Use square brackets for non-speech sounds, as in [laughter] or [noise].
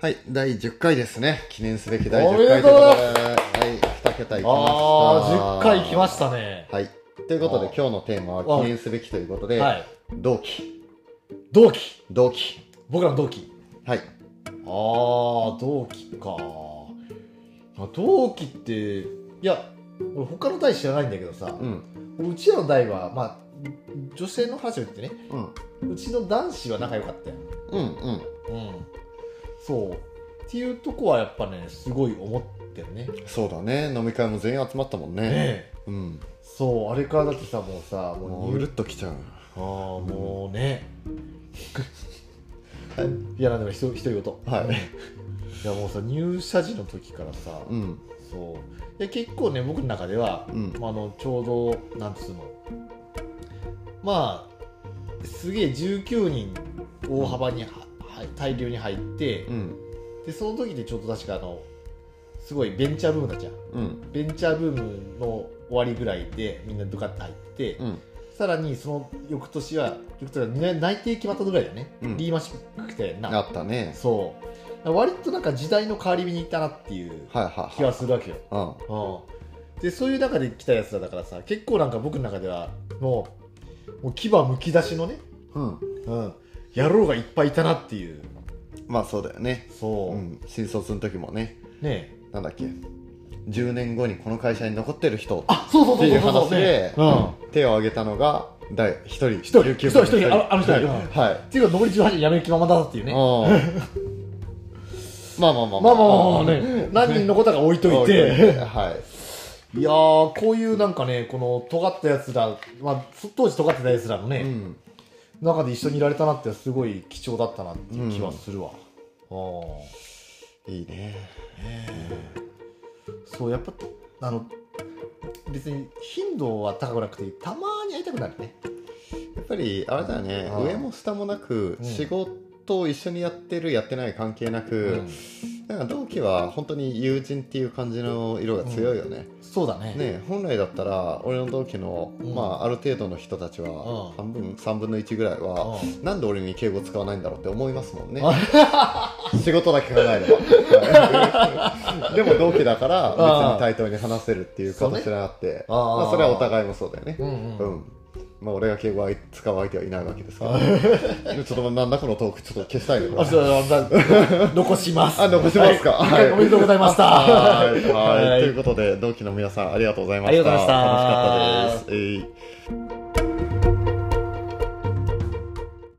はい、第10回ですね。記念すべき第おめ10で回とうということで、はい、2桁いきました。ああ、10回来ましたね。はい。ということで、今日のテーマあはー記念すべきということで、はい。同期、同期。同期。僕らの同期。はい。ああ、同期か。あ同期って、いや、俺他の代知らないんだけどさ、うん。うちらの代は、まあ、女性の話を言ってね、うん。うちの男子は仲良かったよ。うん。うん。うん。そう。っていうとこはやっぱね、すごい思ってるね。ねそうだね。飲み会も全員集まったもんね。え。うん。そう、あれからだってさ、もうさ、ももううう入るっときちゃう。ああもうねい [laughs] やなんでもひと独り言はいうんいやもうさ入社時の時からさ、うん。そういや結構ね僕の中では、うんまあ、あのちょうどなんつうのまあすげえ19人大幅には、は大量に入って、うん。でその時でちょっと確かあのすごいベンチャーブームだったじゃんうん。ベンチャーブームの終わりぐらいでみんなドカッと入って、うん。さらにその翌年は翌年はみんな内定決まったぐらいだよね、うんリーマンシップ来てあなったね。そう割となんか時代の変わり目に行ったなっていうはいはい気はがするわけよ、い。うん。うん、でそういう中で来たやつらだからさ結構なんか僕の中ではもうもう牙むき出しのね、うん、うん、野郎がいっぱいいたなっていうまあそうだよね、そう、うん、新卒の時もねねえなんだっけ10年後にこの会社に残ってる人あそうそうっそてういそううそう話でうん手を挙げたのが第1人1人一人一人あのあの人はい、うんはいっていうか残り18やめる気ままだっていうね [laughs] うんまあまあまあまあまあまあまあね何人残ったか置いといてはいいやー、こういうなんかね、この尖ったやつら、まあ、そ当時尖ってたやつらのうね、ん中で一緒にいられたなって、すごい貴重だったなっていう気はするわ。あーいいねそう、やっぱ、あの、別に頻度は高くなくて、たまに会いたくなるね。やっぱりあれだよねうん上も下もなくうん仕事を一緒にやってるやってない関係なく、なんか同期は本当に友人っていう感じの色が強いよね、そうだね。ね、本来だったら俺の同期の、うんまあ、ある程度の人たちうはん半分3分の1ぐらいは、うなんで俺に敬語使わないんだろうって思いますもんねあ仕事だけ考えれば [laughs] でも同期だから別に対等に話せるっていう形になってそうねあーまあ、それはお互いもそうだよねうんううんん、まあ、俺が敬語を使う相手はいないわけですけどちょっとなんだこのトークちょっと消したいねこあ、れそうあだ残します。 [laughs] あ残しますかはいはいはいおめでとうございました。はいはいはいということで同期の皆さんありがとうございましたあり楽しかがとうございましたったです、えい